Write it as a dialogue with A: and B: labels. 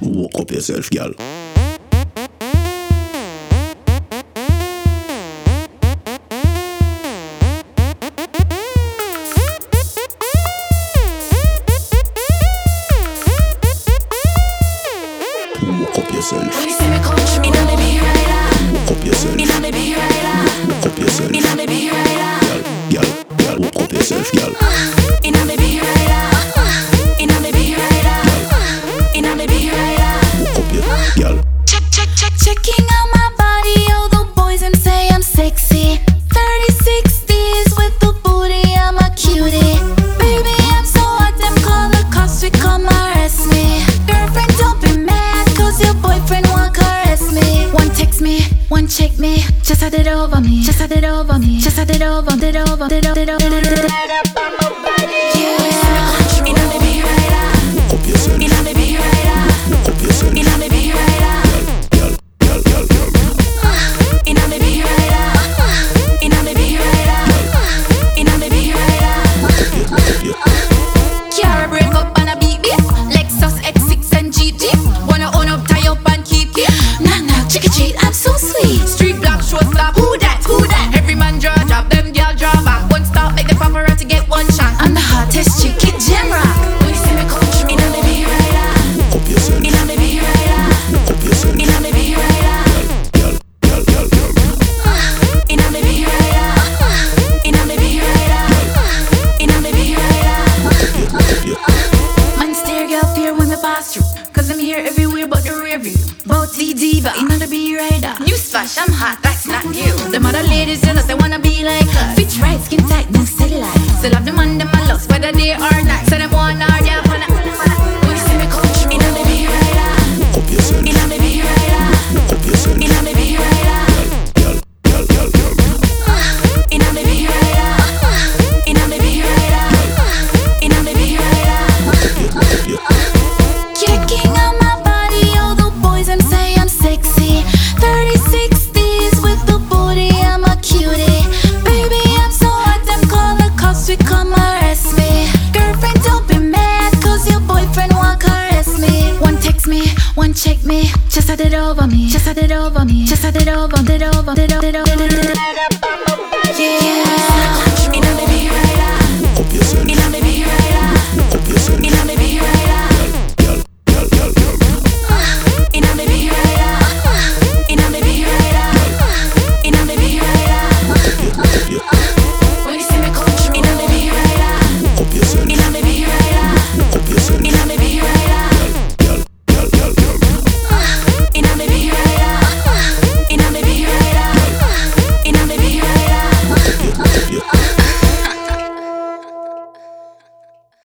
A: walk up yourself, girl. Walk up yourself. Walk up yourself. Walk up yourself. Girl, girl, girl, walk up yourself, girl. Walk up your, girl.
B: Check, check, check, checking out my body. All the boys and say I'm sexy. 36 D's with the booty, I'm a cutie. Baby, I'm so hot, them call the cops, we come arrest me. Girlfriend, don't be mad, cause your boyfriend won't caress me. One text me, one check me. Just had it over me, just had it over me, just had it over, did over, did over, did over, did over. Yeah.
A: Walk up yourself. Walk up yourself. Girl, girl, girl, girl, girl. Walk up your, walk up your.
B: Car break up and a beat beat Lexus X6 and GT Wanna own up, tie up and keep it Nah nah, chicky cheat, I'm so sweet Street block, short stop, who that, who that Every man draw, drop them girl draw back One stop, make the paparazzi get one shot I'm the hottest chick in Gem Rock
A: Walk up yourself. Walk up yourself. Girl, girl, girl, girl, girl. Walk up your, walk up your.
B: Man stare, girl fear when we pass through Cause I'm here everywhere but the rear view Both the diva, another be rider Newsflash, I'm hot, that's not you Them other ladies jealous, they wanna be like us Fit right, skin tight, no cellulite Still have them on them my looks, whether they are not So them one or the other When you see me come through, inna me be rider
A: Walk up yourself.
B: Inna me be rider
A: Walk up yourself.
B: Inna me be rider
A: Girl, girl, girl, girl.
B: Inna me be rider Inna me be rider Inna me be rider
A: Walk up your, walk up your.
B: Kicking on my body, all the boys and say I'm sexy. 3060s with the booty, I'm a cutie. Baby, I'm so hot, them call the cops, we come arrest me. Girlfriend, don't be mad, cause your boyfriend won't caress me. One text me, one check me, just had it over me, just had it over me, just had it over, did over, did over, did over, did over. Yeah.